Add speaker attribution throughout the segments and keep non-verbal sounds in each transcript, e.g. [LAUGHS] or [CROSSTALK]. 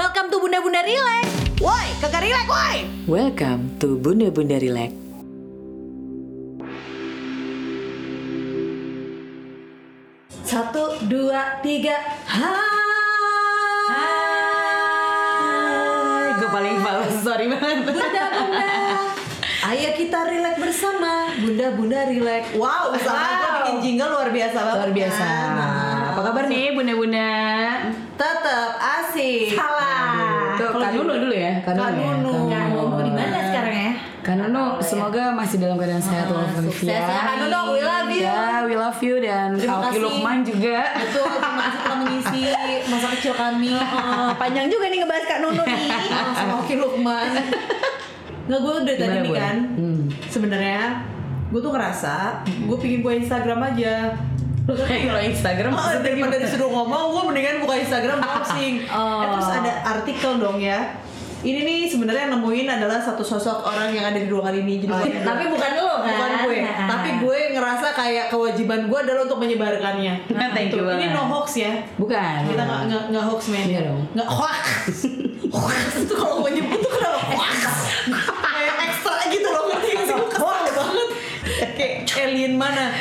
Speaker 1: bunda-bunda rilek.
Speaker 2: Woi, kagak rilek woi.
Speaker 3: Welcome to Bunda Bunda Relax.
Speaker 1: Satu, dua, tiga. Hai.
Speaker 3: Gue paling males, sorry banget.
Speaker 1: Bunda-bunda. Ayo kita rilek bersama. Bunda-bunda rilek.
Speaker 2: Wow, usaha gua
Speaker 1: Wow.
Speaker 2: bikin jingle luar biasa banget. Nah.
Speaker 1: Luar biasa. Apa kabar nih bunda-bunda?
Speaker 2: Tetap asik.
Speaker 1: Salah.
Speaker 3: Tuh, Kanunu dulu ya.
Speaker 2: Kanunu.
Speaker 3: ya,
Speaker 1: Kamu di mana sekarang ya?
Speaker 3: Kanunu, semoga masih dalam keadaan sehat walafiat.
Speaker 1: sukses ya, Kanunu.
Speaker 2: We love you.
Speaker 3: Ya, we love you dan
Speaker 2: Terima
Speaker 3: Alki
Speaker 2: kasih.
Speaker 3: Lukman juga.
Speaker 2: Betul, terima kasih telah mengisi masa kecil
Speaker 3: [LAUGHS]
Speaker 2: kami.
Speaker 1: Oh, panjang juga nih ngebahas Kak Nunu nih.
Speaker 2: Oh, sama Oki Lukman. Nggak, gue udah tadi
Speaker 3: Gimana,
Speaker 2: nih
Speaker 3: Bun?
Speaker 2: kan.
Speaker 3: Hmm.
Speaker 2: Sebenarnya gue tuh ngerasa gue bikin gue Instagram aja.
Speaker 3: Kalau
Speaker 2: Oh,
Speaker 3: Instagram maksudnya
Speaker 2: daripada
Speaker 3: gimana?
Speaker 2: disuruh ngomong, gue mendingan buka
Speaker 3: [LAUGHS]
Speaker 2: Instagram browsing.
Speaker 1: Oh.
Speaker 2: Eh, terus ada artikel dong ya. Ini nih sebenarnya yang nemuin adalah satu sosok orang yang ada di ruangan ini.
Speaker 3: Oh,
Speaker 2: Jadi
Speaker 3: iya.
Speaker 2: gue-
Speaker 1: Tapi bukan lo kan?
Speaker 2: bukan
Speaker 3: [LAUGHS]
Speaker 2: gue,
Speaker 1: Nah.
Speaker 2: tapi gue ngerasa kayak kewajiban gue adalah untuk menyebarkannya.
Speaker 3: Nah, thank
Speaker 2: Tuh,
Speaker 3: you
Speaker 2: Ini
Speaker 3: banget.
Speaker 2: no hoax ya.
Speaker 3: Bukan.
Speaker 2: Kita nggak nggak nggak hoax men.
Speaker 3: Iya dong.
Speaker 2: Nggak
Speaker 1: [LAUGHS]
Speaker 2: hoax. hoax itu kalau gue nyebut tuh kenapa hoax? kayak ekstra gitu loh ngerti nggak sih? Gue kesel banget. Kayak alien mana?
Speaker 1: [LAUGHS]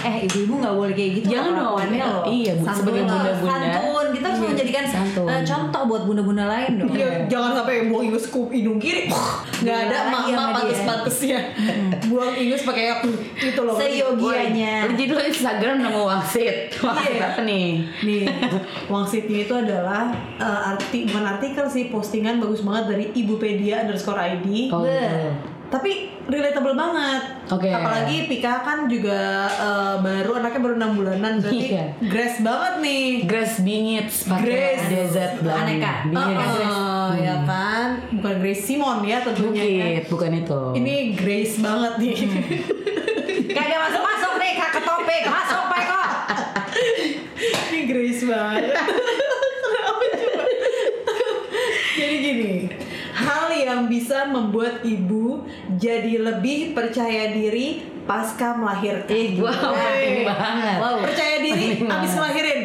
Speaker 1: eh ibu-ibu nggak boleh kayak gitu
Speaker 3: Jangan dong.
Speaker 1: perlakuannya loh.
Speaker 3: Iya, Bu, sebagai
Speaker 1: Santun,
Speaker 3: bunda-bunda.
Speaker 1: santun kita harus menjadikan
Speaker 3: santun.
Speaker 1: eh, contoh buat bunda-bunda lain dong
Speaker 2: Iya, jangan sampai buang ingus ke hidung kiri. Wah, Nggak ada
Speaker 1: Iya,
Speaker 2: mak
Speaker 1: iya,
Speaker 2: mak
Speaker 1: sama dia.
Speaker 2: pantes-pantesnya. Buang ingus pakai aku itu loh.
Speaker 1: seyogianya
Speaker 3: Lu Jadi lo Instagram nama wangsit.
Speaker 2: ya.
Speaker 3: Wangsit
Speaker 2: Iya.
Speaker 3: apa nih?
Speaker 2: Nih, wangsitnya itu adalah eh, arti bukan artikel sih, postingan bagus banget dari Ibupedia underscore ID.
Speaker 3: Oh.
Speaker 1: Beuh.
Speaker 2: Tapi relatable banget.
Speaker 3: Oke.
Speaker 2: Apalagi Pika kan juga eh, baru anaknya baru enam bulanan, berarti
Speaker 3: Iya.
Speaker 2: grass banget nih.
Speaker 3: Grace Bingits pakai
Speaker 2: Grace.
Speaker 3: DZ Belanda.
Speaker 1: Aneka.
Speaker 3: Bingits.
Speaker 2: Eh, eh, ya
Speaker 3: Hmm.
Speaker 2: kan, bukan Grace Simon ya tentunya. kan.
Speaker 3: Bukit, bukan itu.
Speaker 2: Ini Grace banget nih.
Speaker 3: Hmm.
Speaker 1: kagak masuk masuk nih kak ke topik masuk pak kok
Speaker 2: Ini Grace
Speaker 3: [LAUGHS]
Speaker 2: banget. Kenapa coba? Jadi gini, hal yang bisa membuat ibu jadi lebih percaya diri pasca melahirkan.
Speaker 3: Ih, gua penting
Speaker 2: Wey.
Speaker 3: banget.
Speaker 2: Wow. Percaya diri abis ngelahirin.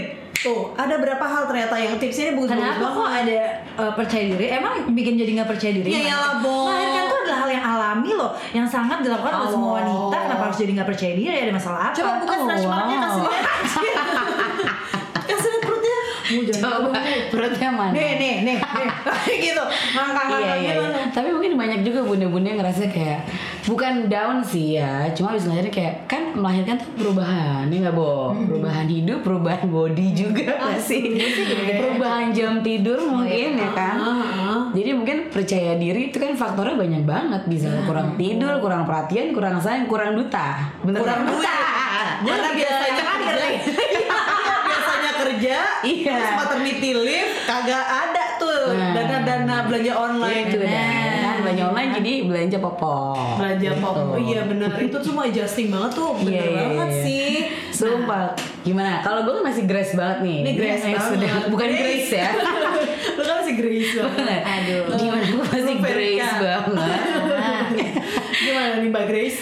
Speaker 2: Tuh, ada berapa hal ternyata yang tipsnya ini bagus-bagus
Speaker 1: kenapa kok
Speaker 2: banget.
Speaker 1: ada eh, percaya diri emang bikin jadi nggak percaya diri
Speaker 2: Iya,
Speaker 1: Melahirkan-
Speaker 2: iyalah, Bo.
Speaker 1: melahirkan tuh adalah hal yang alami loh yang sangat dilakukan oleh semua
Speaker 2: Allah.
Speaker 1: wanita kenapa harus jadi nggak percaya diri ada masalah apa
Speaker 2: Coba buka
Speaker 3: Oh,
Speaker 2: slash marknya
Speaker 3: wow.
Speaker 2: kasih lihat. Kasih lihat perutnya. Bu, jangan
Speaker 3: Coba [LAUGHS] perutnya mana?
Speaker 2: Nih, nih, nih, nih. [LAUGHS] gitu. Ngangkang-ngangkang
Speaker 3: Iya, iya,
Speaker 2: gitu.
Speaker 3: iya. [LAUGHS] Tapi mungkin banyak juga bunda-bunda yang ngerasa kayak bukan down sih ya, cuma habis ngelahirin kayak kan melahirkan tuh perubahan, ya nggak boh? Perubahan hidup, perubahan body juga nggak Ah, iya sih, perubahan jam tidur mungkin ya kan. Jadi mungkin percaya diri itu kan faktornya banyak banget bisa kurang tidur, kurang perhatian, kurang sayang, kurang duta, bener
Speaker 2: kurang
Speaker 3: nggak?
Speaker 2: duit karena biasanya kerja Iya, biasanya kerja
Speaker 3: Iya.
Speaker 2: terus maternity leave kagak ada tuh
Speaker 3: Nah.
Speaker 2: dana dana belanja online
Speaker 3: Itu dah. Kan belanja online jadi belanja popok.
Speaker 2: belanja pop oh iya bener itu semua adjusting banget tuh
Speaker 3: Gitu. Iya,
Speaker 2: bener
Speaker 3: iya,
Speaker 2: banget
Speaker 3: iya.
Speaker 2: sih
Speaker 3: Sumpah, gimana? Kalau gue masih grace banget nih.
Speaker 2: ini grace
Speaker 3: Eh,
Speaker 2: banget
Speaker 3: sudah- bukan grace [LAUGHS] ya.
Speaker 2: [LAUGHS] lu kan masih grace banget
Speaker 3: Aduh. Gimana gue masih
Speaker 2: Lu Verika.
Speaker 3: grace banget.
Speaker 2: [LAUGHS] gimana nih mbak grace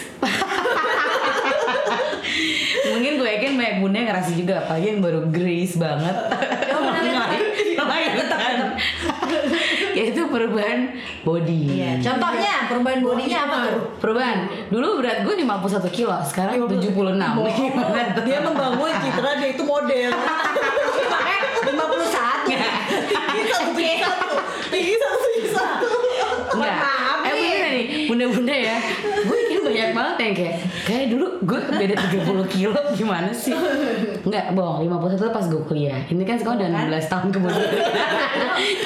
Speaker 3: Mungkin gue yakin banyak bunda yang ngerasa juga apalagi yang baru grace banget.
Speaker 2: kan?
Speaker 3: Melahirkan. Yaitu perubahan body.
Speaker 1: Iya.
Speaker 2: Iya,
Speaker 1: contohnya perubahan bodinya apa tuh
Speaker 3: Perubahan. Dulu berat gue 51 kilo, sekarang 76. Gimana tuh?
Speaker 2: dia membangun citra dia itu
Speaker 3: [LAUGHS]
Speaker 2: model
Speaker 1: makanya 51
Speaker 2: tinggi satu tinggi satu tinggi satu tinggi satu
Speaker 3: Enggak.
Speaker 2: Maaf
Speaker 3: Eh
Speaker 2: nih.
Speaker 3: bener nih, bunda-bunda ya. Gue yakin banyak banget yang kayak kayak dulu gue beda 30 kilo gimana sih? Enggak, bohong. 51 tuh pas gue kuliah. Ini kan sekarang udah 16 tahun kemudian.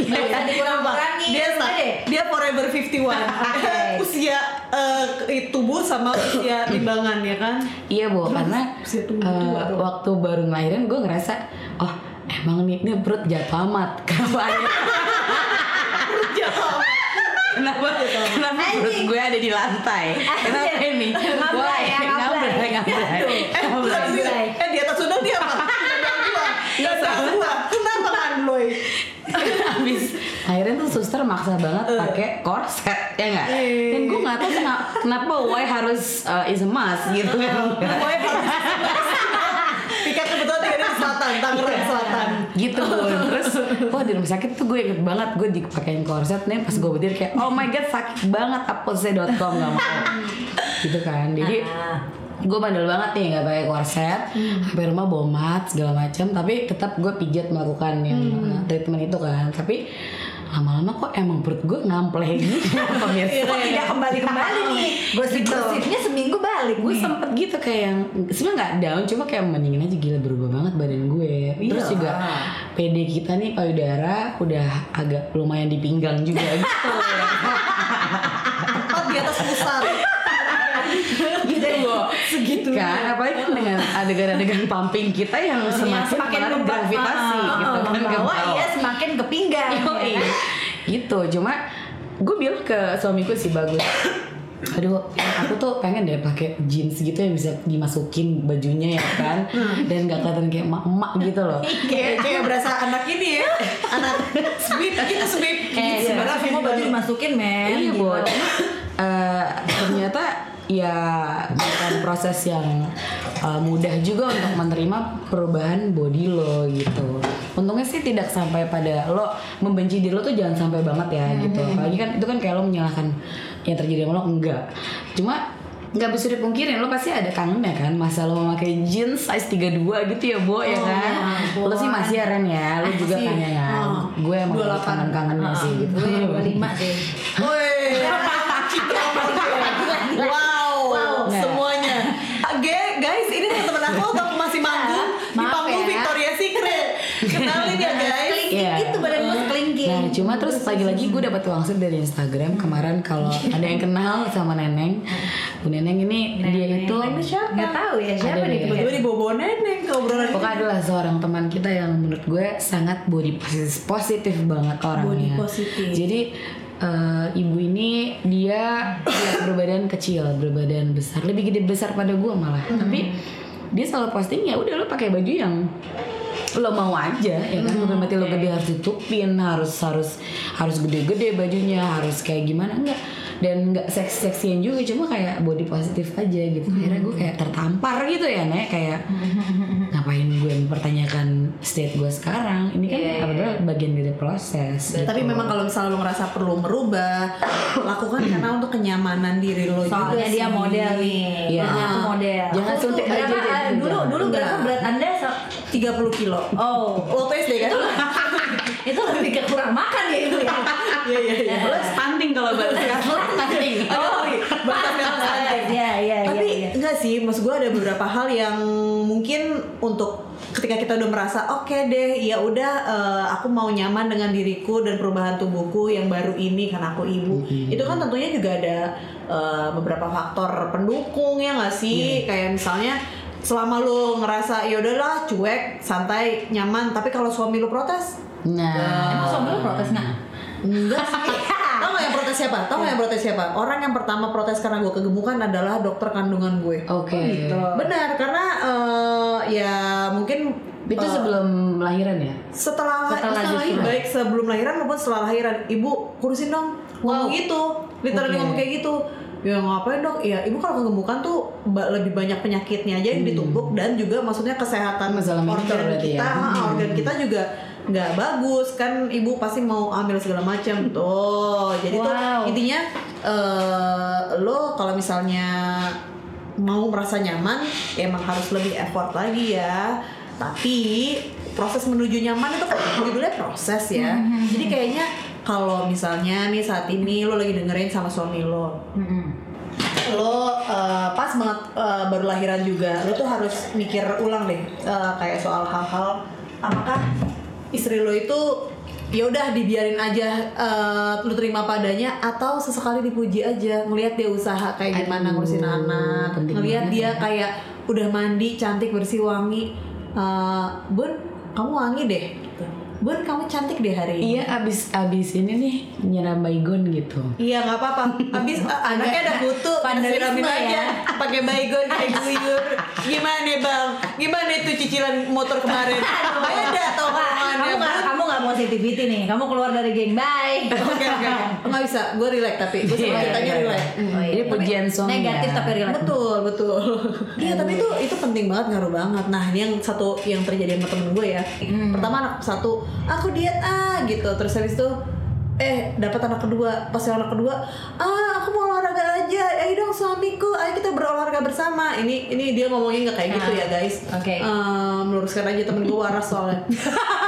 Speaker 1: Nggak bisa dikurang-kurangi.
Speaker 2: dia sa-
Speaker 1: Udah Iya deh.
Speaker 2: dia forever 51
Speaker 1: [LAUGHS]
Speaker 2: usia eh, ke- tubuh sama
Speaker 1: [CLEARS THROAT]
Speaker 2: usia timbangan ya kan
Speaker 3: Iya, boh, karena
Speaker 2: bisa tumbuh tua
Speaker 3: eh,
Speaker 2: dong.
Speaker 3: waktu baru ngelahirin gue ngerasa oh Emang nih, ini perut jatuh amat [LAUGHS] Kapan? Kenapa? Kenapa perut gue ada di lantai? Kenapa ini?
Speaker 1: Ngablay
Speaker 3: [LAUGHS]
Speaker 1: ya, ngablay.
Speaker 3: Ngablay, ngablay. [LAUGHS]
Speaker 2: eh, bukan
Speaker 3: Ngablay.
Speaker 2: sih.
Speaker 1: Mulai.
Speaker 2: eh di atas sudah dia
Speaker 1: [LAUGHS]
Speaker 2: apa Tendang gua. Tendang gua. kenapa kan loy
Speaker 3: Abis akhirnya tuh suster maksa banget pakai korset ya nggak?
Speaker 2: Eh.
Speaker 3: Dan gue nggak tahu kenapa, kenapa why harus uh, is a must gitu kan?
Speaker 2: Loy harus Pika kebetulan tinggal di selatan Selatan, Tangerang Selatan.
Speaker 3: gitu Bun. terus wah di rumah sakit tuh gue inget banget gue dipakein korset nih pas gue berdiri kayak oh my god sakit banget aposnya.com gak mau gitu kan
Speaker 1: Iya.
Speaker 3: jadi
Speaker 1: Ah.
Speaker 3: gue bandel banget nih nggak pakai korset sampai rumah bawa mat segala macam tapi tetap gue pijat melakukan yang uh, treatment itu kan tapi lama-lama kok emang perut gue ngampleh gitu pemirsa
Speaker 1: Kok tidak kembali kembali nih? Gosip-gosipnya seminggu balik
Speaker 3: gue
Speaker 1: nih.
Speaker 3: sempet gitu kayak yang sebenarnya nggak down cuma kayak mendingin aja gila berubah banget badan gue terus
Speaker 1: Iya.
Speaker 3: juga PD kita nih payudara udah agak lumayan di pinggang
Speaker 1: [LAUGHS]
Speaker 3: juga gitu
Speaker 2: Tepat di atas pusar.
Speaker 1: Iya.
Speaker 3: gitu loh
Speaker 1: Segitu.
Speaker 3: kan apalagi kan dengan adegan-adegan pumping kita yang semakin,
Speaker 1: semakin
Speaker 3: mengarah
Speaker 1: ngebak- Ah,
Speaker 3: gravitasi gitu kan ke
Speaker 1: membawa
Speaker 3: bawah.
Speaker 1: iya semakin ke pinggang.
Speaker 3: Yoi.
Speaker 1: ya kan?
Speaker 3: gitu cuma gue bilang ke suamiku sih bagus aduh aku tuh pengen deh pakai jeans gitu yang bisa dimasukin bajunya ya kan
Speaker 1: Hmm.
Speaker 3: dan gak kelihatan kayak emak-emak gitu
Speaker 1: Iya.
Speaker 3: loh
Speaker 2: Kayak kayak berasa anak ini ya. Anak sweet gitu sweet.
Speaker 1: Eh, sebenarnya semua baju dimasukin men. gitu.
Speaker 3: iya
Speaker 1: Gila.
Speaker 3: buat Eh, ternyata ya bukan proses yang eh, mudah juga untuk menerima perubahan body lo gitu untungnya sih tidak sampai pada lo membenci diri lo tuh jangan sampai banget ya
Speaker 1: Hmm,
Speaker 3: gitu apalagi kan itu kan kayak lo menyalahkan yang terjadi sama lo enggak cuma nggak bisa dipungkirin lo pasti ada kangennya kan masa lo memakai jeans size 32 gitu ya bo ya
Speaker 1: Oh,
Speaker 3: kan
Speaker 1: ya ampun.
Speaker 3: lo sih masih ya Ren ya lo
Speaker 1: Ah,
Speaker 3: juga
Speaker 1: masih.
Speaker 3: kan ya kan
Speaker 1: Oh.
Speaker 3: gue emang
Speaker 1: 28.
Speaker 3: kangen kangennya sih gitu
Speaker 1: Gue yang 25 deh.
Speaker 2: Woi. Wow. Nah.
Speaker 3: Nggak.
Speaker 2: Semuanya. Oke, guys, ini teman-teman aku waktu masih manggung di
Speaker 1: Maaf
Speaker 2: panggung
Speaker 1: ya.
Speaker 2: Victoria Secret. Kenalin ya, guys.
Speaker 1: Kelingking
Speaker 3: Iya.
Speaker 1: gitu badan gue sekelingking.
Speaker 3: Nah, cuma terus lagi-lagi gue dapat wangsit dari Instagram kemarin kalau ada yang kenal sama Neneng. Bu Neneng ini dia itu
Speaker 1: Neneng siapa? Nggak tahu ya, siapa
Speaker 3: Ada
Speaker 1: nih
Speaker 3: deh.
Speaker 2: Tiba-tiba di bobo neneng ke obrolan
Speaker 3: Pokoknya adalah seorang teman kita yang menurut gue sangat body positif, positif banget orangnya.
Speaker 2: Body positif.
Speaker 3: Jadi eh, ibu ini dia ya, berbadan kecil, berbadan besar, lebih gede besar pada gue malah.
Speaker 2: Hmm.
Speaker 3: Tapi dia selalu posting ya udah lo pakai baju yang lo mau aja ya kan
Speaker 2: Hmm,
Speaker 3: bukan berarti lo gede harus ditutupin harus harus harus gede-gede bajunya harus kayak gimana enggak dan nggak seks seksian juga cuma kayak body positif aja gitu
Speaker 2: Hmm.
Speaker 3: akhirnya gue kayak tertampar gitu ya nek kayak ngapain gue mempertanyakan state gue sekarang ini kan adalah bagian dari proses gitu.
Speaker 2: Tapi memang kalau misalnya lo ngerasa perlu merubah, lakukan karena untuk kenyamanan diri lo juga
Speaker 1: Soalnya dia
Speaker 2: sih.
Speaker 1: model nih.
Speaker 3: Iya.
Speaker 1: Nah, aku model.
Speaker 3: Jangan
Speaker 1: Aku tuh
Speaker 3: suntik aja
Speaker 1: berapa,
Speaker 3: deh,
Speaker 1: eh,
Speaker 3: gitu,
Speaker 1: Dulu
Speaker 3: jangan.
Speaker 1: dulu berapa
Speaker 2: Enggak.
Speaker 1: berat Anda? so-
Speaker 2: 30 kilo.
Speaker 1: Oh.
Speaker 2: Lo SD kan? [LAUGHS]
Speaker 1: Itu lebih ke kurang makan ya itu ya.
Speaker 2: Iya iya iya.
Speaker 3: lo stunting
Speaker 1: [LAUGHS]
Speaker 3: kalau buat stunting
Speaker 2: Oh, bahkan
Speaker 1: Iya iya iya.
Speaker 2: Tapi
Speaker 1: iya.
Speaker 2: enggak sih, maksud gue ada beberapa hal yang mungkin untuk ketika kita udah merasa oke deh, ya udah eh, aku mau nyaman dengan diriku dan perubahan tubuhku yang baru ini karena aku ibu. Itu kan tentunya juga ada eh, beberapa faktor pendukung ya nggak sih? Kayak misalnya selama lu ngerasa ya udahlah cuek, santai, nyaman, tapi kalau suami lu protes
Speaker 3: nah
Speaker 1: Emang suami lu protes nggak?
Speaker 2: Enggak
Speaker 3: [LAUGHS]
Speaker 2: sih.
Speaker 3: Ya.
Speaker 2: Tahu nggak yang protes siapa? Tahu nggak yang protes siapa? Orang yang pertama protes karena gue kegemukan adalah dokter kandungan gue. Oh, gitu.
Speaker 3: oke
Speaker 2: Benar, karena eh, ya mungkin
Speaker 3: itu
Speaker 2: eh,
Speaker 3: sebelum lahiran ya
Speaker 2: setelah
Speaker 3: Setelah
Speaker 2: setelah lahir,
Speaker 3: justru.
Speaker 2: baik sebelum lahiran maupun setelah lahiran, ibu kurusin dong. Ngomong gitu, literally
Speaker 3: Oke.
Speaker 2: ngomong kayak gitu. Ya ngapain dok? Ya ibu kalau kegemukan tuh ba- lebih banyak penyakitnya aja yang ditumpuk dan juga maksudnya kesehatan
Speaker 3: Masalah
Speaker 2: organ
Speaker 3: mental Hmm. berarti
Speaker 2: kita,
Speaker 3: ya.
Speaker 2: ah, organ kita juga nggak bagus kan ibu pasti mau ambil segala macam tuh. Jadi tuh
Speaker 1: Wow.
Speaker 2: intinya eh, lo kalau misalnya mau merasa nyaman ya emang harus lebih effort lagi ya tapi proses menuju nyaman itu kan judulnya proses ya jadi kayaknya kalau misalnya nih saat ini lo lagi dengerin sama suami lo
Speaker 1: Mm-mm.
Speaker 2: lo uh, pas banget uh, baru lahiran juga lo tuh harus mikir ulang deh uh, kayak soal hal-hal apakah istri lo itu ya udah dibiarin aja uh, lo terima padanya atau sesekali dipuji aja ngelihat dia usaha kayak gimana ngurusin anak
Speaker 3: penting
Speaker 2: ngelihat
Speaker 3: banget
Speaker 2: dia
Speaker 3: ya.
Speaker 2: kayak udah mandi cantik bersih eh, wangi Uh, bun kamu wangi deh gitu. Bun kamu cantik deh hari ini.
Speaker 3: Iya abis abis ini nih nyiram baygon gitu.
Speaker 2: Iya nggak apa-apa. Abis eh, anaknya ada kutu,
Speaker 3: Vandalisme
Speaker 2: siramin
Speaker 3: ya.
Speaker 2: aja. Pakai baygon, kayak guyur. Gimana bang? Gimana itu cicilan motor kemarin? Ada tau
Speaker 1: Wah, kamu
Speaker 2: omongannya.
Speaker 1: nggak kamu nggak mau sensitivity nih. Kamu keluar dari geng. [LAUGHS] Bye. Iya.
Speaker 2: Oke oke oke. Nggak bisa. Gue relax tapi gue sama
Speaker 3: Iya,
Speaker 2: ceritanya
Speaker 3: iya.
Speaker 2: relax.
Speaker 1: Oh, iya.
Speaker 3: Ini
Speaker 1: Tapi
Speaker 3: pujian suami
Speaker 1: Negatif
Speaker 3: ya.
Speaker 1: tapi relax.
Speaker 2: Betul Iya, betul. Iya tapi itu itu penting banget ngaruh banget. Nah ini yang satu yang terjadi sama temen gue ya. Pertama anak satu aku diet ah gitu. Terus habis itu eh dapat anak kedua pas yang anak kedua ah aku mau olahraga aja ayo dong suamiku ayo kita berolahraga bersama ini ini dia ngomongnya nggak kayak gitu ya guys
Speaker 1: Oke.
Speaker 2: Eh, meluruskan aja temen gue waras soalnya [LAUGHS]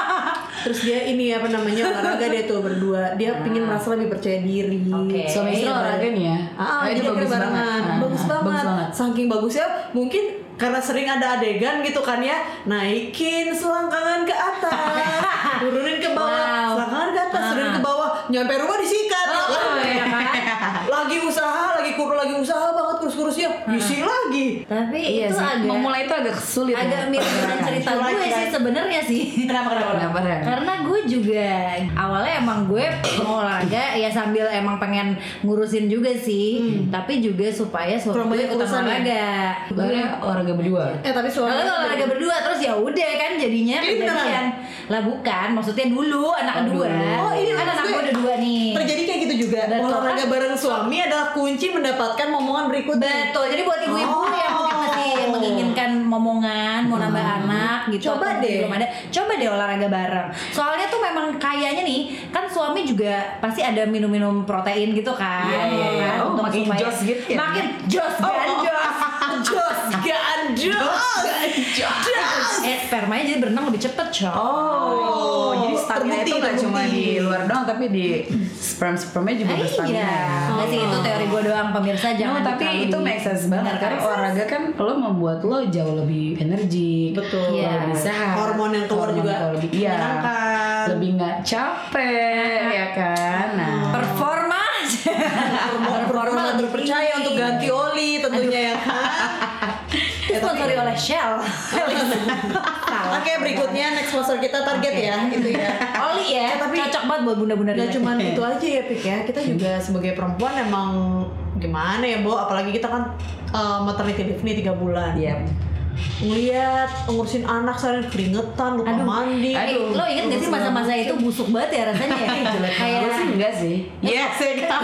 Speaker 2: terus dia ini apa namanya olahraga dia tuh berdua dia pingin merasa lebih percaya diri
Speaker 1: Oke.
Speaker 3: Suami istri
Speaker 2: Iya,
Speaker 3: olahraga
Speaker 2: bareng.
Speaker 3: nih ya.
Speaker 2: Ah,
Speaker 3: Ah,
Speaker 2: jadi akhirnya barengan.
Speaker 3: Ah,
Speaker 2: bagus
Speaker 3: ah,
Speaker 2: banget.
Speaker 3: Bagus banget.
Speaker 2: Saking bagusnya mungkin karena sering ada adegan gitu kan ya, naikin selangkangan ke atas, turunin ke bawah,
Speaker 1: Wow.
Speaker 2: selangkangan ke atas, turunin ke bawah, nyampe rumah disikat. ya kan?
Speaker 1: Oh, iya kan?
Speaker 2: [LAUGHS] lagi usaha, lagi kur, lagi usaha banget kurus-kurusnya, isi lagi.
Speaker 1: Tapi
Speaker 3: Iya
Speaker 1: itu
Speaker 3: sih.
Speaker 1: agak
Speaker 3: Memulai itu agak sulit. ya.
Speaker 1: agak mirip dengan cerita
Speaker 2: Mulai
Speaker 1: gue sih
Speaker 2: kan?
Speaker 1: sebenarnya sih.
Speaker 2: Kenapa kenapa?
Speaker 3: Kenapa Ren?
Speaker 1: Karena gue juga awalnya emang gue mau olahraga ya sambil emang pengen ngurusin juga sih, tapi juga supaya suami
Speaker 2: Hmm. Kurang
Speaker 1: gue
Speaker 2: banyak
Speaker 1: ikutan
Speaker 2: urusan ya?
Speaker 1: olahraga.
Speaker 3: Baru olahraga berdua.
Speaker 2: Eh tapi suami
Speaker 1: Kalau olahraga berdua terus ya udah kan jadinya
Speaker 2: Ini beneran?
Speaker 1: kejadian. Lah bukan, maksudnya dulu anak kedua.
Speaker 2: Oh, ini
Speaker 1: kan anak
Speaker 2: maksudnya
Speaker 1: gue ada dua nih.
Speaker 2: terjadi kayak gitu juga.
Speaker 1: Betul.
Speaker 2: Olahraga bareng suami adalah kunci mendapatkan momongan berikutnya.
Speaker 1: Betul. Jadi buat ibu-ibu
Speaker 2: Oh.
Speaker 1: yang mungkin masih menginginkan momongan, mau nambah
Speaker 3: Hmm.
Speaker 1: anak gitu.
Speaker 2: Coba
Speaker 1: atau
Speaker 2: deh.
Speaker 1: Belum ada. Coba deh olahraga bareng. Soalnya tuh memang kayaknya nih, kan suami juga pasti ada minum-minum protein gitu kan.
Speaker 3: Iya, iya, iya.
Speaker 1: Kan,
Speaker 3: Oh, makin jos gitu ya. oh,
Speaker 1: Makin jos ganjos.
Speaker 2: Jos, ganjos, ganjos.
Speaker 1: Eh, spermanya jadi berenang lebih cepet, Cok.
Speaker 3: Oh, jadi stamina
Speaker 2: terbukti,
Speaker 3: itu nggak cuma
Speaker 2: terbukti.
Speaker 3: di luar doang, tapi di sperm spermnya juga
Speaker 1: Eh,
Speaker 3: berstamina.
Speaker 1: iya. Nggak sih, itu teori gue doang pemirsa jangan.
Speaker 3: no, tapi
Speaker 1: terlalu
Speaker 3: itu
Speaker 1: di-
Speaker 3: make sense banget
Speaker 1: Bener,
Speaker 3: karena
Speaker 1: make sense.
Speaker 3: olahraga kan lo membuat lo jauh lebih energi,
Speaker 2: Betul.
Speaker 1: Iya.
Speaker 3: lebih sehat,
Speaker 2: Hormon yang keluar juga
Speaker 3: keluar lebih, iya.
Speaker 2: menyenangkan.
Speaker 3: lebih nggak capek, ya kan? Nah, [LAUGHS]
Speaker 1: performa. [LAUGHS]
Speaker 2: performa terpercaya untuk ganti oli tentunya ya kan.
Speaker 1: Disponsori oleh Shell.
Speaker 3: [LAUGHS]
Speaker 1: Salah.
Speaker 2: Oke berikutnya next sponsor kita target ya itu [LAUGHS] ya.
Speaker 1: Oli ya,
Speaker 2: tapi-
Speaker 1: cocok banget buat bunda-bunda
Speaker 2: Gak
Speaker 1: relate.
Speaker 2: cuman itu aja ya Pik ya Kita juga sebagai perempuan emang gimana ya Bo Apalagi kita kan eh, maternity leave nih 3 bulan
Speaker 3: iya.
Speaker 2: Ngeliat ngurusin anak seharian keringetan Lupa
Speaker 1: Aduh.
Speaker 2: mandi
Speaker 1: Eh,
Speaker 3: Aduh.
Speaker 1: lo inget gak sih masa-masa itu busuk banget ya rasanya ya? Kayak
Speaker 3: Gue sih enggak sih.
Speaker 2: Iya saya kita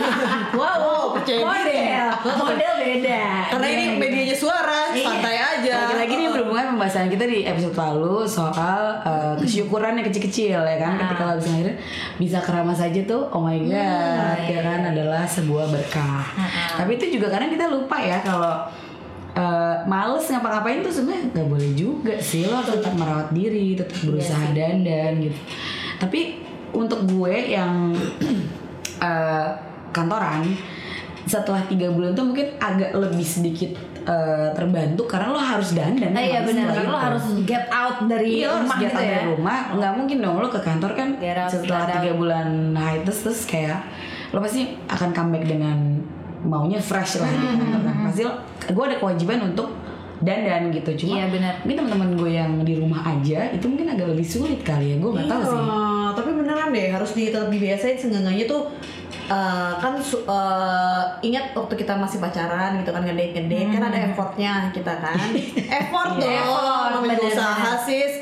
Speaker 2: Wow, percaya diri
Speaker 1: model, model beda.
Speaker 2: Karena ini medianya suara
Speaker 1: Iya.
Speaker 2: Santai aja
Speaker 3: Lagi-lagi nih berhubungan pembahasan kita di episode lalu soal eh, kesyukuran yang kecil-kecil ya kan ketika lo habis ngelahirin bisa kerama saja tuh oh my god ya kan adalah sebuah berkah. Tapi itu juga kadang kita lupa ya kalau eh, males ngapa-ngapain tuh sebenarnya nggak boleh juga sih lo harus tetap merawat diri, tetap berusaha dandan gitu. Tapi untuk gue yang [CLEARS THROAT] eh, kantoran setelah tiga bulan tuh mungkin agak lebih sedikit eh, terbantu karena lo harus dandan
Speaker 1: Nah, iya
Speaker 3: Harus
Speaker 1: benar,
Speaker 3: setelah
Speaker 1: karena lo
Speaker 3: itu.
Speaker 1: harus get out dari
Speaker 3: gitu Iya, lo harus
Speaker 1: rumah
Speaker 3: get
Speaker 1: gitu
Speaker 3: out
Speaker 1: ya.
Speaker 3: dari rumah nggak mungkin dong lo ke kantor kan
Speaker 1: Get out, get
Speaker 3: setelah
Speaker 1: out.
Speaker 3: tiga bulan hiatus terus kayak lo pasti akan comeback dengan maunya fresh lah di kantor kan
Speaker 1: Mm-hmm.
Speaker 3: pasti lo- gue ada kewajiban untuk dandan gitu cuma
Speaker 1: Iya, benar.
Speaker 3: mungkin teman-teman gue yang di rumah aja itu mungkin agak lebih sulit kali ya gue nggak tahu sih
Speaker 2: Iya, tapi beneran deh harus di, tetap dibiasain senggangannya tuh eh, kan su- eh, ingat waktu kita masih pacaran gitu kan ngedate-ngedate kan ada effortnya kita kan [LAUGHS] effort
Speaker 1: Iya,
Speaker 2: dong
Speaker 1: effort,
Speaker 2: namanya
Speaker 1: bener-bener.
Speaker 2: usaha sis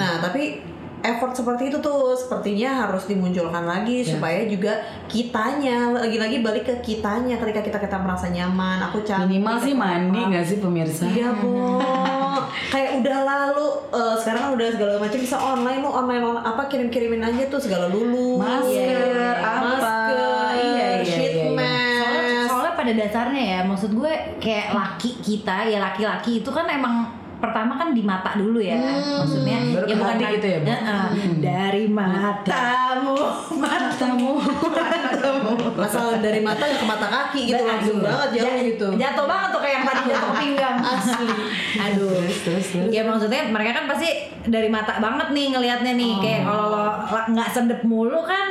Speaker 2: nah tapi effort seperti itu tuh sepertinya harus dimunculkan lagi supaya juga kitanya lagi-lagi balik ke kitanya ketika kita kita merasa nyaman aku cantik
Speaker 3: minimal sih
Speaker 2: aku
Speaker 3: mandi
Speaker 2: apa.
Speaker 3: nggak sih pemirsa
Speaker 2: Iya bu, kayak udah lalu sekarang kan udah segala macam bisa online lu online, online apa kirim kirimin aja tuh segala dulu Iya,
Speaker 3: Masker, apa.
Speaker 2: masker,
Speaker 3: Iya, iya,
Speaker 2: sheet
Speaker 3: iya, iya.
Speaker 1: Soalnya,
Speaker 2: mask.
Speaker 1: soalnya pada dasarnya ya, maksud gue kayak laki kita ya laki-laki itu kan emang pertama kan di mata dulu ya, maksudnya
Speaker 3: Baru
Speaker 1: ya
Speaker 3: ke hati gitu ya, Bu?
Speaker 1: Heeh. dari matamu, matamu,
Speaker 2: Asal dari mata nggak ke mata kaki gitu langsung banget jauh
Speaker 1: Ja-
Speaker 2: gitu.
Speaker 1: Jatuh banget tuh kayak yang tadi jatuh ke
Speaker 3: [LAUGHS]
Speaker 1: pinggang. Asli. Aduh.
Speaker 3: Terus, terus, terus.
Speaker 1: Ya maksudnya mereka kan pasti dari mata banget nih ngelihatnya nih
Speaker 3: Oh.
Speaker 1: kayak kalau lo la- nggak sedep mulu kan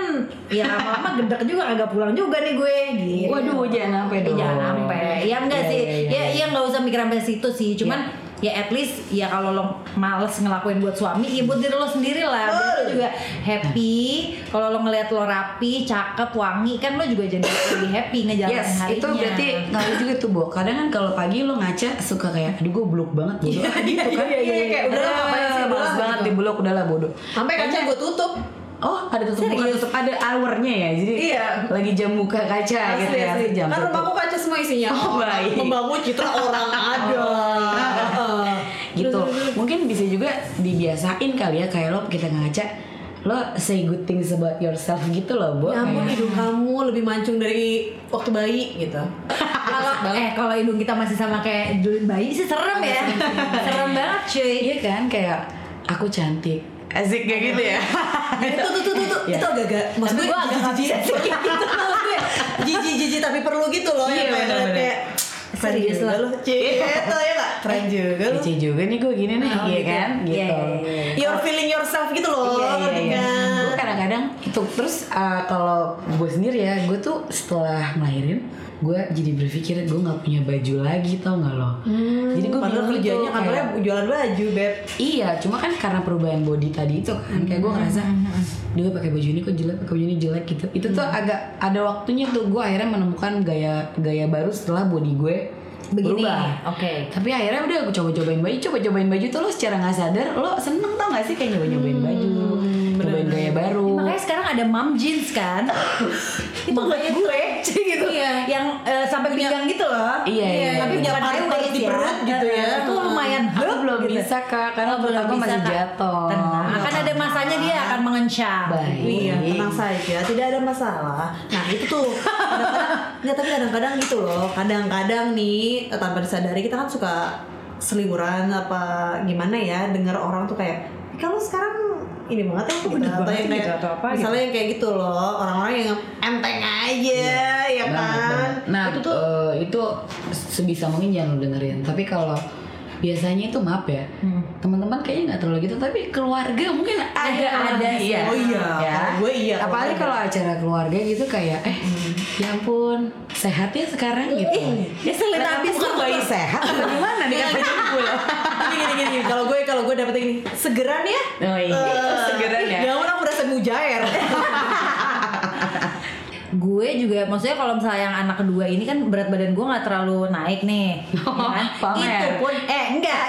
Speaker 1: ya lama-lama gedek juga agak pulang juga nih gue gitu.
Speaker 3: Waduh, jangan sampai
Speaker 1: Eh,
Speaker 3: dong.
Speaker 1: jangan sampai. Ya enggak
Speaker 3: Iya,
Speaker 1: sih.
Speaker 3: iya,
Speaker 1: Ya iya nggak usah mikir sampai situ sih. Cuman ya at least ya kalau lo males ngelakuin buat suami ya buat diri lo sendiri lah Biar lo juga happy kalau lo ngelihat lo rapi cakep wangi kan lo juga jadi lebih happy ngejalanin
Speaker 3: Yes,
Speaker 1: harinya
Speaker 3: itu berarti ngaruh juga tuh, Bo. Kadang kan kalau pagi lo ngaca suka kayak, aduh gue blok banget bodoh.
Speaker 2: Iya, iya,
Speaker 3: [LAUGHS] gitu kan.
Speaker 2: iya, iya, iya. Kayak, udahlah, ngapain sih,
Speaker 3: Males
Speaker 2: udahlah,
Speaker 3: banget
Speaker 2: gitu.
Speaker 3: di blok, udahlah bodoh.
Speaker 2: Sampai kaca gue tutup.
Speaker 3: Oh, ada tutup bukan tutup, ada hournya ya. Jadi
Speaker 2: Iya.
Speaker 3: lagi jam buka kaca gitu
Speaker 2: Asli,
Speaker 3: ya.
Speaker 2: asli.
Speaker 3: Jam
Speaker 2: Kan
Speaker 3: tutup.
Speaker 2: rumahku kaca semua isinya.
Speaker 3: Oh, baik.
Speaker 2: Membangun citra
Speaker 3: [LAUGHS]
Speaker 2: orang ada. Heeh.
Speaker 3: gitu mungkin bisa juga dibiasain kali ya kayak lo kita ngaca lo say good things about yourself gitu loh bu
Speaker 2: Ya ampun hidung kamu lebih mancung dari waktu bayi gitu.
Speaker 3: [LAUGHS]
Speaker 1: kalau eh kalau hidung kita masih sama kayak dulin bayi sih serem ya serem banget cuy
Speaker 3: iya kan kayak aku cantik asik kayak gitu ya
Speaker 2: Itu tuh tuh tuh, tuh.
Speaker 3: Iya.
Speaker 2: itu agak-agak maksud
Speaker 1: Tapi
Speaker 2: gue
Speaker 1: gua agak nggak
Speaker 2: jijik
Speaker 1: bisa
Speaker 2: jijik. Gitu, maksud gue. Jijik jijik tapi perlu gitu loh
Speaker 3: Iya,
Speaker 2: yang kayak
Speaker 3: bener-bener.
Speaker 2: kayak keren
Speaker 1: Serius
Speaker 2: juga
Speaker 1: lah.
Speaker 2: lu. Cita ya nggak? Keren juga lu.
Speaker 3: Kece juga nih gue gini nih
Speaker 1: Oh,
Speaker 3: iya
Speaker 1: gitu.
Speaker 3: kan gitu
Speaker 1: Iya, iya, iya.
Speaker 2: You're feeling yourself gitu loh.
Speaker 3: Iya, iya,
Speaker 2: ngerti
Speaker 3: iya.
Speaker 2: kan?
Speaker 3: Gue kadang-kadang itu terus uh, kalau gue sendiri ya, gue tuh setelah ngelahirin, gue jadi berpikir gue nggak punya baju lagi tau nggak lo? jadi gitu,
Speaker 2: Hmm,
Speaker 3: gue
Speaker 2: Padahal kerjanya kantornya jualan baju, Beb.
Speaker 3: Iya, cuma kan karena perubahan body tadi itu kan kayak gue ngerasa, dulu pakai baju ini kok jelek, pakai baju ini jelek gitu. Itu tuh agak ada waktunya tuh gue akhirnya menemukan gaya gaya baru setelah body gue
Speaker 1: begini
Speaker 3: berubah.
Speaker 1: oke
Speaker 3: Tapi akhirnya udah gue coba-cobain baju, coba-cobain baju tuh lo secara nggak sadar lo seneng tau gak sih kayak nyoba-nyobain baju, nyobain gaya baru.
Speaker 1: makanya sekarang ada mom jeans kan itu makanya gue gitu
Speaker 2: Iya.
Speaker 1: yang eh, sampai pinggang gitu loh
Speaker 3: Iya, iya,
Speaker 1: tapi
Speaker 3: iya.
Speaker 1: bukan
Speaker 2: Yang
Speaker 1: high
Speaker 2: part-part
Speaker 1: waist
Speaker 2: di
Speaker 1: ya.
Speaker 2: perut gitu ya.
Speaker 1: Eh, itu lumayan
Speaker 3: Aku
Speaker 1: up
Speaker 3: belum
Speaker 1: gitu.
Speaker 3: bisa kak,
Speaker 1: Oh,
Speaker 3: karena perut
Speaker 1: belum
Speaker 3: aku
Speaker 1: bisa,
Speaker 3: masih
Speaker 1: Kak.
Speaker 3: jatuh.
Speaker 1: Tenang, akan ada masanya dia akan mengencang
Speaker 3: Baik.
Speaker 2: Iya, tenang saja, tidak ada masalah. Nah itu tuh, kadang-kadang- nggak tapi kadang-kadang gitu loh. Kadang-kadang nih eh, tanpa disadari kita kan suka seliburan apa gimana ya, dengar orang tuh kayak "Ih, kalau sekarang ini banget ya gitu.
Speaker 1: bener
Speaker 2: Atau
Speaker 1: banget
Speaker 2: yang
Speaker 1: gitu,
Speaker 2: kayak,
Speaker 1: atau apa gitu.
Speaker 2: misalnya yang kayak gitu loh, orang-orang yang enteng aja, ya
Speaker 3: Banget,
Speaker 2: kan.
Speaker 3: banget. Nah,
Speaker 2: itu
Speaker 3: itu,
Speaker 2: tuh
Speaker 3: itu sebisa mungkin jangan lu dengerin. Tapi kalau biasanya itu maaf ya, teman-teman kayaknya nggak terlalu gitu. Tapi keluarga mungkin ada ada
Speaker 2: sih.
Speaker 3: ya.
Speaker 2: Oh iya,
Speaker 3: ya.
Speaker 2: kalau gue iya,
Speaker 3: Apalagi
Speaker 2: keluarga.
Speaker 3: kalau acara keluarga gitu kayak, eh, ya ampun, sehat ya sekarang gitu.
Speaker 1: dia selin habis
Speaker 2: bukan bayi sehat atau gimana nih kan badan gue gini gini gini kalau gue kalau gue dapetnya gini segeran ya
Speaker 3: Oh iya,
Speaker 2: Eh,
Speaker 3: segeran ya.
Speaker 2: ya ampun, aku udah semujair
Speaker 1: gue juga maksudnya kalau misalnya yang anak kedua ini kan berat badan gue nggak terlalu naik nih
Speaker 2: [LAUGHS]
Speaker 1: ya kan?
Speaker 3: Pamer.
Speaker 1: itu pun eh enggak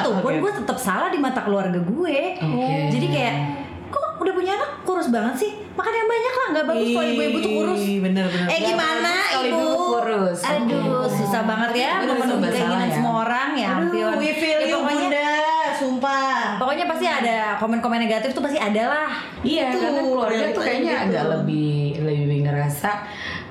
Speaker 1: itu pun
Speaker 3: Oke.
Speaker 1: gue tetap salah di mata keluarga gue
Speaker 3: Oke.
Speaker 1: jadi kayak kok udah punya anak kurus banget sih makan yang banyak lah nggak bagus kalau ibu-ibu tuh kurus
Speaker 2: Ih, bener bener
Speaker 1: eh
Speaker 3: Nggak
Speaker 1: gimana
Speaker 3: bagus kalau
Speaker 1: ibu
Speaker 3: ibu kurus.
Speaker 1: aduh
Speaker 3: Oke.
Speaker 1: susah banget ya
Speaker 3: Aduh,
Speaker 1: memenuhi
Speaker 3: serba
Speaker 1: keinginan
Speaker 3: salah ya.
Speaker 1: semua orang ya ampun.
Speaker 2: Aduh, we feel
Speaker 1: Ya,
Speaker 2: you
Speaker 1: pokoknya
Speaker 2: bunda sumpah
Speaker 1: pokoknya pasti ada komen-komen negatif tuh pasti ada lah
Speaker 3: Iya,
Speaker 2: Itu,
Speaker 3: karena keluarga tuh
Speaker 2: realitanya
Speaker 3: kayaknya
Speaker 2: gitu.
Speaker 3: agak lebih lebih ngerasa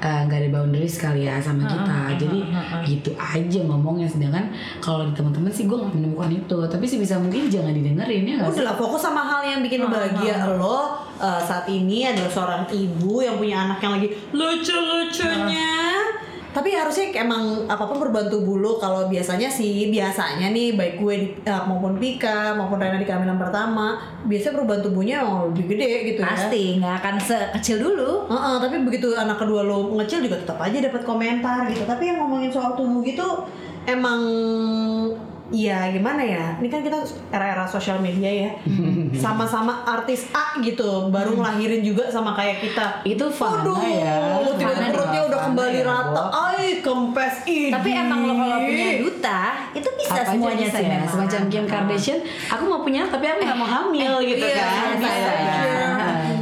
Speaker 3: eh, nggak ada boundaries kali ya sama kita. Jadi gitu aja ngomongnya. Sedangkan kalau di teman-teman sih gue nggak menemukan itu. Tapi sebisa mungkin jangan didengerin ya nggak sih?
Speaker 2: Udah lah fokus sama hal yang bikin lo bahagia lo eh, saat ini adalah seorang ibu yang punya anak yang lagi lucu-lucunya. Tapi harusnya kayak emang apapun berbantu tubuh lo kalau biasanya sih biasanya nih baik gue di- eh, maupun Pika maupun Rena di kehamilan pertama biasanya perubahan tubuhnya emang lebih gede gitu ya.
Speaker 1: pasti nggak akan sekecil dulu
Speaker 2: Heeh, tapi begitu anak kedua lo ngecil juga tetap aja dapat komentar gitu. Tapi yang ngomongin soal tubuh gitu emang ya gimana ya? Ini kan kita era-era sosial
Speaker 3: [LAUGHS]
Speaker 2: media ya. Sama-sama artis A gitu, baru ngelahirin juga sama kayak kita.
Speaker 3: Hmm. Itu fana
Speaker 2: Aduh,
Speaker 3: ya.
Speaker 2: tiba-tiba
Speaker 3: Fana
Speaker 2: perutnya
Speaker 3: juga,
Speaker 2: udah
Speaker 3: fana
Speaker 2: kembali
Speaker 3: ya,
Speaker 2: rata.
Speaker 3: Bo.
Speaker 2: Ay, kempes ini.
Speaker 1: Tapi emang lo kalau punya duta itu bisa
Speaker 3: Apa aja
Speaker 1: semuanya
Speaker 3: bisa
Speaker 1: sih
Speaker 3: ya,
Speaker 1: memang.
Speaker 3: semacam Kim Kardashian, aku mau punya tapi aku nggak mau
Speaker 2: [LAUGHS]
Speaker 3: hamil gitu
Speaker 2: iya,
Speaker 3: kan.
Speaker 2: bisa
Speaker 3: Kayak-
Speaker 2: aja.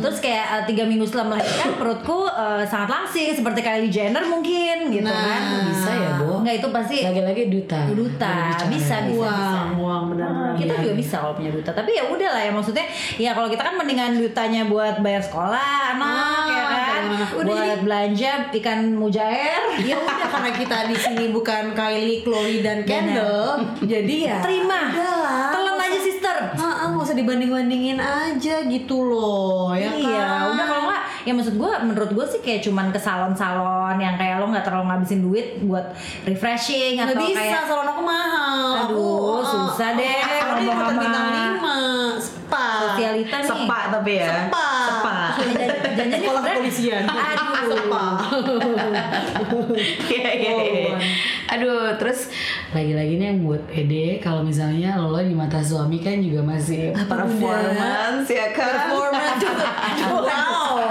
Speaker 1: Terus kayak eh, tiga minggu setelah melahirkan perutku eh, sangat langsing seperti Kylie Jenner mungkin gitu
Speaker 2: Nah.
Speaker 1: kan.
Speaker 3: Bisa ya, Bu?
Speaker 1: Enggak itu pasti
Speaker 3: Lagi-lagi duta.
Speaker 1: duta
Speaker 3: Berbicara. ya. Iya.
Speaker 1: bisa bisa bisa.
Speaker 2: Uang, uang benar-benar.
Speaker 1: Kita juga bisa kalau punya duta, tapi ya udah lah ya maksudnya ya kalau kita kan mendingan dutanya buat bayar sekolah anak
Speaker 2: Ah,
Speaker 1: ya kan,
Speaker 2: benar-benar.
Speaker 1: udah buat belanja ikan mujair,
Speaker 2: Ya
Speaker 1: [LAUGHS]
Speaker 2: udah karena kita di sini bukan Kylie, Chloe dan Kendall, jadi
Speaker 3: Iya.
Speaker 2: ya
Speaker 1: terima,
Speaker 2: Udahlah.
Speaker 1: telan aja sister.
Speaker 2: Ah, ah, nggak usah dibanding-bandingin aja gitu loh, ya
Speaker 1: iya,
Speaker 2: kan?
Speaker 1: udah kalau nggak, ya maksud gue, menurut gue sih kayak cuman ke salon-salon yang kayak lo nggak terlalu ngabisin duit buat refreshing
Speaker 2: nggak
Speaker 1: atau
Speaker 2: bisa,
Speaker 1: kayak
Speaker 2: salon aku mahal.
Speaker 1: Aduh,
Speaker 2: Aku, ah,
Speaker 1: susah deh,
Speaker 2: Aku
Speaker 1: kalau
Speaker 2: di
Speaker 1: mahal.
Speaker 2: hotel bintang lima, spa.
Speaker 1: sosialita nih.
Speaker 3: Sepak tapi ya.
Speaker 2: Spa.
Speaker 3: Sepak. [LAUGHS]
Speaker 1: Jangan-jangan
Speaker 2: Sekolah
Speaker 1: sebenarnya-
Speaker 2: kepolisian.
Speaker 1: Aduh.
Speaker 2: Sepa.
Speaker 3: Iya iya iya. Aduh, terus lagi-lagi nih yang buat pede kalau misalnya lo di mata suami kan juga masih performance ya kan.
Speaker 1: [LAUGHS]
Speaker 2: performance wow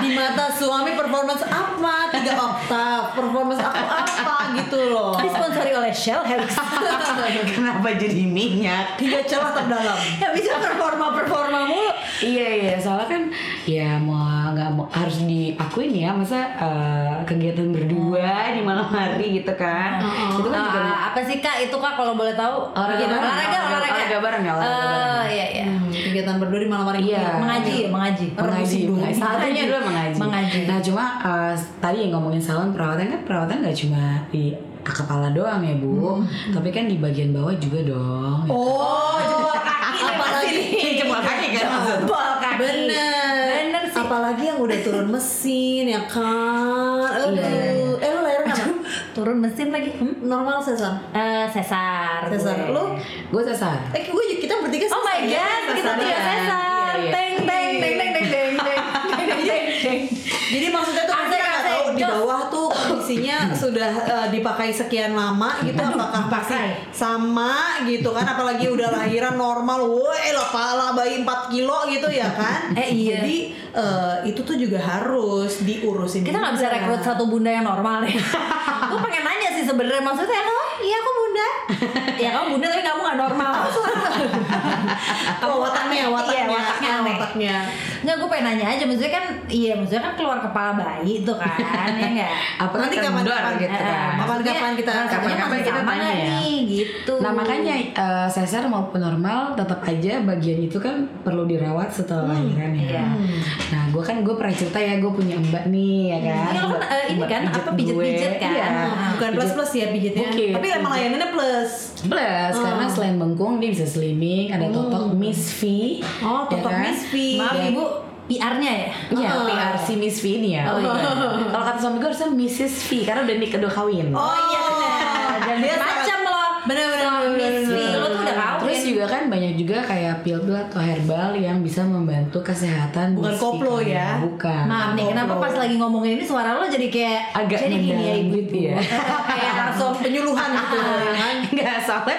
Speaker 2: di mata suami performance apa tiga oktav performance aku apa gitu loh
Speaker 1: Disponsori oleh Shell
Speaker 2: [LAUGHS]
Speaker 1: Helix.
Speaker 3: [LAUGHS] Kenapa jadi minyak?
Speaker 2: tiga celah terdalam
Speaker 1: Ya bisa performa-performa mulu.
Speaker 3: Iya iya soalnya kan ya mau nggak mau harus diakuin ya masa eh, kegiatan berdua di malam hari gitu kan itu kan juga
Speaker 1: Ah, apa sih kak itu kak kalau boleh tahu
Speaker 3: Olahraga
Speaker 1: Bikin
Speaker 3: bareng,
Speaker 1: Ah, olahraga
Speaker 3: olahraga-
Speaker 1: olahraga
Speaker 3: olahraga bareng ya, olahraga
Speaker 1: Eh,
Speaker 3: bareng.
Speaker 1: iya iya
Speaker 2: Hmm, kegiatan berdua di malam hari
Speaker 3: Iya.
Speaker 2: ini.
Speaker 1: mengaji ya mengaji
Speaker 3: mengaji,
Speaker 1: Rebusi
Speaker 3: mengaji.
Speaker 1: bumi.
Speaker 3: Satunya Oh, dulu mengaji.
Speaker 1: Mengaji.
Speaker 3: Nah cuma eh, tadi yang ngomongin salon perawatan kan perawatan nggak cuma di kepala doang ya bu, tapi kan di bagian bawah juga dong. ya
Speaker 2: oh jempol kaki apalagi
Speaker 3: Jempol kaki kan maksud.
Speaker 1: Jempol kaki.
Speaker 2: bener
Speaker 1: Bener sih.
Speaker 2: apalagi yang udah turun mesin ya kan
Speaker 1: Iya,
Speaker 2: aduh eh lu lahir nggak Mak?
Speaker 1: turun mesin lagi hmm?
Speaker 2: normal sesar
Speaker 1: Eh, sesar
Speaker 2: Sesar.
Speaker 1: gue.
Speaker 2: Lu?
Speaker 3: Gue sesar.
Speaker 2: eh gue kita bertiga
Speaker 1: oh my god kita
Speaker 2: Sesar,
Speaker 1: tiga
Speaker 2: ya.
Speaker 1: sesar
Speaker 3: Iya, iya.
Speaker 1: teng teng teng teng teng teng teng teng teng teng
Speaker 2: Jadi maksudnya tuh kita
Speaker 1: Asik,
Speaker 2: nggak
Speaker 1: asik,
Speaker 2: tahu di
Speaker 1: jos.
Speaker 2: bawah tuh
Speaker 1: [LAUGHS]
Speaker 2: kondisinya sudah eh, dipakai sekian lama gitu apakah pasti
Speaker 1: dipakai.
Speaker 2: sama gitu kan apalagi udah lahiran normal woi lah pala bayi 4 kilo gitu ya kan
Speaker 1: [LAUGHS] Eh, iya.
Speaker 2: jadi eh, itu tuh juga harus diurusin
Speaker 1: kita nggak bisa
Speaker 2: juga.
Speaker 1: rekrut satu bunda yang normal deh gue pengen nanya sih sebenarnya maksudnya lo iya aku bunda ya kamu bunda tapi kamu nggak normal [LAUGHS]
Speaker 2: oh, wataknya
Speaker 1: Iya,
Speaker 2: wataknya
Speaker 1: wataknya
Speaker 2: Ah,
Speaker 1: aneh.
Speaker 2: wataknya
Speaker 1: Nggak, gue pengen nanya aja maksudnya kan iya maksudnya kan keluar kepala bayi itu kan ya nggak
Speaker 3: Apa
Speaker 2: Nanti
Speaker 3: kita
Speaker 2: kapan-
Speaker 3: kendor
Speaker 2: kapan-
Speaker 3: gitu
Speaker 1: Eh,
Speaker 3: kan?
Speaker 2: Kapan-kapan kita-
Speaker 1: maksudnya
Speaker 3: kapan-kapan
Speaker 1: masih
Speaker 3: kita
Speaker 1: sama
Speaker 3: tanya
Speaker 1: nggak
Speaker 3: ya.
Speaker 1: nih, gitu
Speaker 3: Nah makanya eh, sesar maupun normal tetap aja bagian itu kan perlu dirawat setelah lahiran ya.
Speaker 1: iya.
Speaker 3: Nah gue kan gue pernah cerita ya gue punya mbak nih ya kan.
Speaker 1: Iya, lo kan, eh, ini
Speaker 3: Mbak
Speaker 1: kan,
Speaker 3: pijet
Speaker 1: apa, pijet-pijet
Speaker 3: gue.
Speaker 1: kan?
Speaker 3: Iya.
Speaker 1: Ah.
Speaker 2: bukan plus plus ya pijitnya
Speaker 3: Bukit.
Speaker 2: tapi emang layanannya plus
Speaker 3: Plus karena
Speaker 1: Oh.
Speaker 3: selain bengkung dia bisa slimming, ada
Speaker 1: Hmm.
Speaker 3: totok Miss V.
Speaker 2: Oh, totok Miss V.
Speaker 1: maaf
Speaker 3: Dan-
Speaker 1: ibu PR-nya ya
Speaker 3: Iya,
Speaker 2: Oh.
Speaker 3: PRC Miss V ini ya.
Speaker 1: Oh, iya.
Speaker 3: Kalau kata suami gue harusnya Mrs V karena udah nikah udah kawin.
Speaker 1: Oh iya benar. Dan
Speaker 2: Dia
Speaker 1: macam
Speaker 2: sangat-
Speaker 1: lo.
Speaker 2: Bener-bener,
Speaker 1: Suami
Speaker 2: bener-bener,
Speaker 1: istri lo tuh udah ya, kawin.
Speaker 3: Terus juga kan banyak juga kayak pil-pil atau herbal yang bisa membantu kesehatan
Speaker 2: Bukan
Speaker 3: Miss V
Speaker 2: koplo
Speaker 3: kalian.
Speaker 2: ya.
Speaker 3: Bukan.
Speaker 1: Maaf nih, kenapa
Speaker 2: Goblok.
Speaker 1: pas lagi ngomongin ini suara lo jadi kayak
Speaker 3: Agak
Speaker 1: jadi gini ya ibu.
Speaker 3: gitu ya.
Speaker 1: [LAUGHS] kayak langsung
Speaker 2: penyuluhan gitu
Speaker 1: [LAUGHS]
Speaker 2: ya kan
Speaker 3: [LAUGHS] Enggak soalnya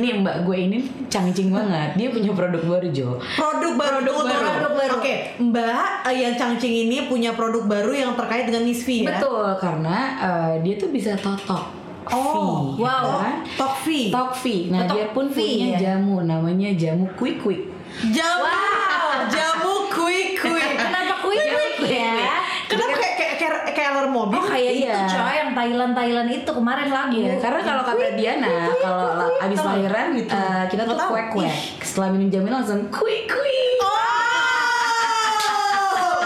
Speaker 3: nih mbak gue ini cangcing banget. Dia punya produk baru Jo.
Speaker 2: produk baru untuk
Speaker 3: baru.
Speaker 2: produk baru. Oke, Mbak eh, yang cangcing ini punya produk baru yang terkait dengan Miss V ya.
Speaker 3: Betul karena eh, dia tuh bisa totok.
Speaker 2: Oh,
Speaker 3: V, ya
Speaker 1: wow.
Speaker 3: kan?
Speaker 2: Tok V.
Speaker 3: Tok V. Nah,
Speaker 1: Tok
Speaker 3: dia pun
Speaker 1: V,
Speaker 3: punya
Speaker 1: ya?
Speaker 3: jamu namanya jamu Quick Quick.
Speaker 2: Jamu.
Speaker 1: Wow.
Speaker 2: [LAUGHS] Jamu kuik kuik.
Speaker 1: kenapa kuih kuih ya?
Speaker 2: Kenapa kayak kayak kayak, kayak alarm mobil?
Speaker 1: Oh kayak
Speaker 3: Iya.
Speaker 1: itu coy yang Thailand Thailand itu kemarin lagu.
Speaker 3: Iya, karena kalau kata Diana, kalau la- abis
Speaker 2: Tau. Gitu.
Speaker 3: lahiran eh, kita tuh
Speaker 2: Nggak tahu.
Speaker 3: kuek kuek. Setelah minum jamu langsung kuik kuik.
Speaker 2: Oh.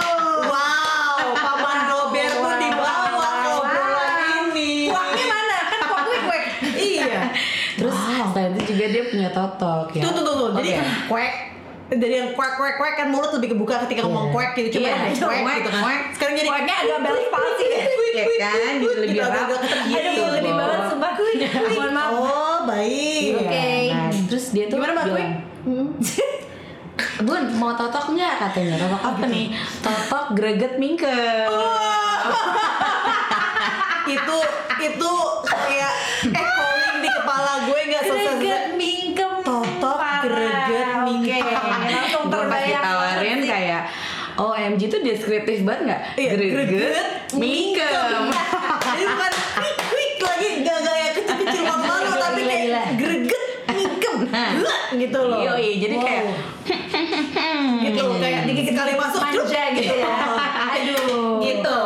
Speaker 2: Wow, Paman Robert tuh dibawa obrolan ini.
Speaker 1: Kuahnya mana? Kan kuah kuih kuih.
Speaker 2: Iya.
Speaker 3: Terus setelah itu juga dia punya totok ya.
Speaker 2: Tuh tuh tuh tuh. Jadi
Speaker 3: Oke.
Speaker 2: kuek dari yang kuek kuek kuek kan mulut lebih kebuka ketika ngomong
Speaker 3: Iya.
Speaker 2: kuek gitu cuma
Speaker 3: Iya,
Speaker 2: ada kuek
Speaker 3: kuek,
Speaker 2: gitu kan
Speaker 3: kuek.
Speaker 2: sekarang jadi
Speaker 1: Kuahnya agak bel [LAUGHS] palsi ya.
Speaker 2: Iya
Speaker 3: ya kan, jadi lebih
Speaker 2: agak-
Speaker 3: rapat.
Speaker 2: agak
Speaker 1: Aduh,
Speaker 2: gitu.
Speaker 1: gue lebih banget sumpah. Mohon maaf.
Speaker 2: oh
Speaker 3: Iya,
Speaker 2: baik
Speaker 3: nah, terus dia tuh
Speaker 2: Gimana, Mbak Hmm.
Speaker 3: bilang, [LAUGHS] Bun, mau totok nggak katanya? Totok
Speaker 2: Oh,
Speaker 3: apa
Speaker 2: gitu.
Speaker 3: nih? Totok greget mingke.
Speaker 2: [LAUGHS] itu itu kayak echoing di kepala gue nggak selesai
Speaker 1: Greget mingkem.
Speaker 2: Totok
Speaker 1: Parah.
Speaker 2: greget
Speaker 1: Oke,
Speaker 2: mingkem.
Speaker 1: Langsung
Speaker 3: Gue pasti
Speaker 1: terbayang.
Speaker 3: tawarin kayak OMG tuh deskriptif banget nggak?
Speaker 2: Iya, greget,
Speaker 3: mingkem.
Speaker 2: jadi bukan quick quick lagi gak kayak kecil kecil malu
Speaker 1: Gila,
Speaker 2: tapi
Speaker 1: gila,
Speaker 2: kayak
Speaker 1: gila.
Speaker 2: greget mingkem Gila, [LAUGHS] gitu loh
Speaker 3: Yoi, jadi kayak
Speaker 1: Oh.
Speaker 2: gitu kayak digigit kali masuk cuk.
Speaker 1: manja gitu ya. [LAUGHS] Aduh.
Speaker 2: gitu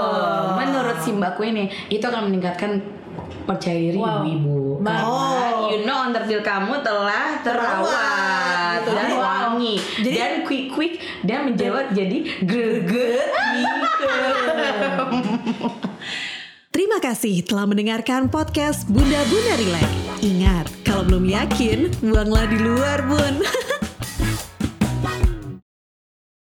Speaker 3: menurut si mbakku ini itu akan meningkatkan percaya diri
Speaker 1: Wow.
Speaker 3: ibu-ibu.
Speaker 1: Ba-
Speaker 2: Oh.
Speaker 3: Karena you know underdeal kamu
Speaker 2: Terawat,
Speaker 3: telah terawat
Speaker 2: gitu.
Speaker 3: dan
Speaker 2: Jadi-
Speaker 3: wangi
Speaker 2: jadi-
Speaker 3: dan quick quick dan menjawab jadi greget gitu. mingkem.
Speaker 2: Terima kasih telah mendengarkan podcast Bunda Bunda Relax. Ingat, kalau belum yakin, buanglah di luar, Bun.